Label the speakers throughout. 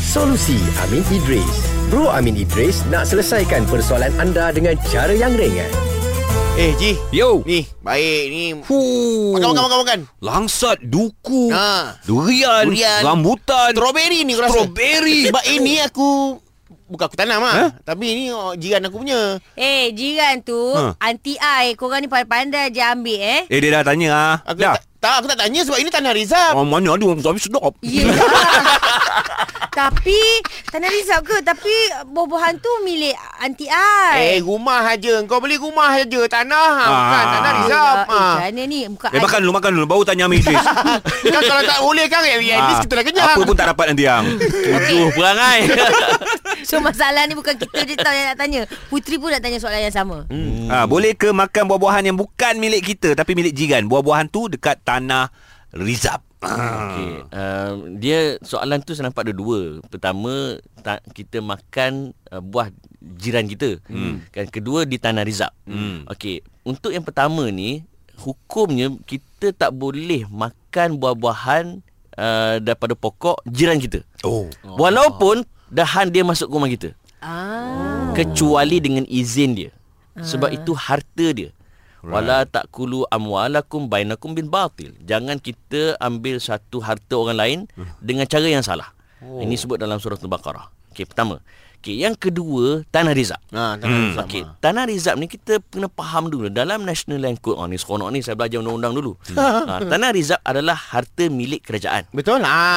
Speaker 1: Solusi Amin Idris Bro Amin Idris nak selesaikan persoalan anda dengan cara yang ringan
Speaker 2: Eh Ji
Speaker 3: Yo.
Speaker 2: Ni Baik ni
Speaker 3: Huh.
Speaker 2: Makan makan makan makan
Speaker 3: Langsat, duku,
Speaker 2: Ha.
Speaker 3: durian,
Speaker 2: Durian.
Speaker 3: rambutan,
Speaker 2: Strawberry ni aku rasa
Speaker 3: Strawberry.
Speaker 2: Sebab ini aku Bukan aku tanam lah Tapi ini oh, jiran aku punya
Speaker 4: Eh, jiran tu,
Speaker 3: Ha.
Speaker 4: ha. anti ai, korang ni pandai-pandai je ambil eh.
Speaker 3: Eh dia dah tanya ah.
Speaker 2: Aku
Speaker 3: dah.
Speaker 2: tak, tak Aku tak tanya sebab ini tanah Rizab
Speaker 3: Oh, mana ada orang tapi sedap.
Speaker 4: Ya. Tapi Tanah risau ke Tapi Buah-buahan tu Milik anti
Speaker 2: Eh
Speaker 4: ai
Speaker 2: rumah aja Kau beli rumah aja Tanah ha.
Speaker 3: Oh. Ah.
Speaker 2: Bukan tanah Rizab
Speaker 4: Eh,
Speaker 2: ha.
Speaker 4: macam ni Bukan
Speaker 3: Eh makan dulu makan dulu baru tanya Amin Idris.
Speaker 2: Kan kalau tak boleh kan At
Speaker 3: Ah,
Speaker 2: least kita dah kenyang
Speaker 3: Apa pun tak dapat nanti yang.
Speaker 5: Tujuh perangai
Speaker 4: So masalah ni bukan kita je tahu yang nak tanya Putri pun nak tanya soalan yang sama hmm.
Speaker 3: ha, boleh ke makan buah-buahan yang bukan milik kita tapi milik jiran? Buah-buahan tu dekat tanah Rizab.
Speaker 5: okay.
Speaker 3: Ah.
Speaker 5: um, Dia soalan tu saya nampak ada dua Pertama ta- Kita makan uh, buah jiran kita hmm. Kan kedua di Tanah Rizab
Speaker 3: Hmm.
Speaker 5: Okey, Untuk yang pertama ni Hukumnya kita tak boleh makan buah-buahan uh, Daripada pokok jiran kita
Speaker 3: Oh.
Speaker 5: Walaupun dahan dia masuk rumah kita
Speaker 4: ah.
Speaker 5: kecuali dengan izin dia sebab itu harta dia wala takulu amwalakum bainakum bil batil jangan kita ambil satu harta orang lain dengan cara yang salah oh. ini sebut dalam surah al-baqarah okey pertama okey yang kedua tanah rizab
Speaker 2: ha, Tanah
Speaker 3: Hmm.
Speaker 2: Rizab
Speaker 5: Okey, tanah rizab ni kita kena faham dulu dalam National Land Code. Oh ni seronok ni saya belajar undang-undang dulu. ha, tanah rizab adalah harta milik kerajaan.
Speaker 2: Betul
Speaker 3: Ah.
Speaker 2: lah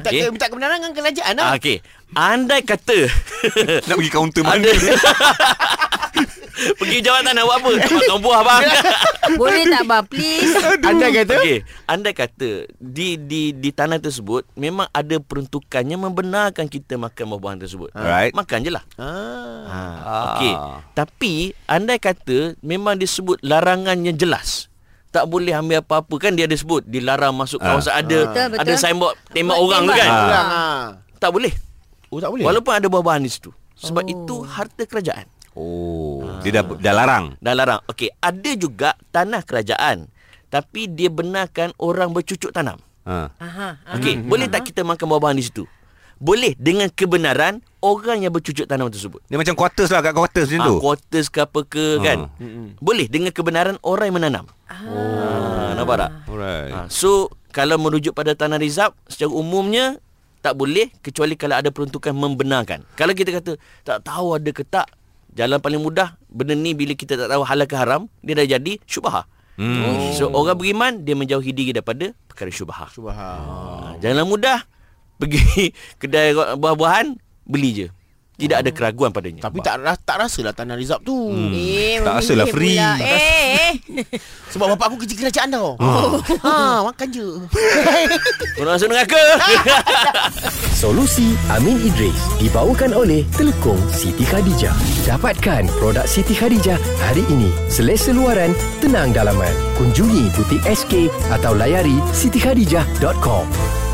Speaker 2: Minta,
Speaker 5: Okey.
Speaker 2: ke, minta kebenaran dengan kerajaan lah
Speaker 5: Ah, okey. Andai kata
Speaker 3: Nak pergi kaunter mana?
Speaker 5: ada Pergi jawatan nak buat apa? Makan buah bang.
Speaker 4: Boleh tak bang please
Speaker 2: Anda kata
Speaker 5: Okey, andai kata di di di tanah tersebut memang ada peruntukannya membenarkan kita makan buah-buahan tersebut.
Speaker 3: Alright.
Speaker 5: Makan je lah.
Speaker 2: Ah.
Speaker 5: Ha, okey. Tapi andai kata memang disebut larangannya jelas. Tak boleh ambil apa-apa kan dia ada sebut dilarang masuk kawasan
Speaker 3: Ah.
Speaker 5: ada
Speaker 4: Betul, betul.
Speaker 5: ada signboard tembak
Speaker 4: Buat
Speaker 5: orang tu
Speaker 4: tembak
Speaker 5: kan.
Speaker 4: orang.
Speaker 2: Kurang ah.
Speaker 5: Tak boleh.
Speaker 2: Oh tak boleh
Speaker 5: Walaupun ada buah-buahan di situ. Sebab
Speaker 4: Oh.
Speaker 5: itu harta kerajaan.
Speaker 3: Oh,
Speaker 5: Ah.
Speaker 3: dia dah dah larang.
Speaker 5: Dah larang. Okey, ada juga tanah kerajaan. Tapi dia benarkan orang bercucuk tanam.
Speaker 3: Ha.
Speaker 4: Aha, aha.
Speaker 5: Okey, boleh tak kita makan buah-buahan di situ? Boleh dengan kebenaran orang yang bercucuk tanam tersebut.
Speaker 3: Dia macam quarters lah kat quarters macam tu.
Speaker 5: Ah,
Speaker 3: Hmm.
Speaker 5: quarters ke apa ke kan? Boleh dengan kebenaran orang yang menanam. Ah, nampak tak?
Speaker 3: Alright.
Speaker 5: Ah, so kalau merujuk pada tanah rizab secara umumnya tak boleh kecuali kalau ada peruntukan membenarkan. Kalau kita kata tak tahu ada ke tak, jalan paling mudah benda ni bila kita tak tahu halal ke haram, dia dah jadi syubhah. Hmm. So orang beriman dia menjauhi diri daripada perkara syubhah.
Speaker 2: Subhan
Speaker 5: Ah, Jalan mudah pergi kedai buah-buahan beli je. Tidak ada keraguan padanya.
Speaker 2: Tapi tak ras- tak rasalah tanah Rizab tu hmm.
Speaker 4: Eh, memilih
Speaker 3: Tak rasalah free.
Speaker 4: pula.
Speaker 3: Tak
Speaker 4: Eh, eh.
Speaker 2: Sebab bapak aku kerja kerajaan tau
Speaker 3: Ah.
Speaker 2: oh. Ha makan je
Speaker 5: Orang masuk neraka.
Speaker 1: Solusi Amin Idris dibawakan oleh Telukong Siti Khadijah. Dapatkan produk Siti Khadijah hari ini. Selesa luaran, tenang dalaman. Kunjungi butik SK atau layari sitikhadijah.com.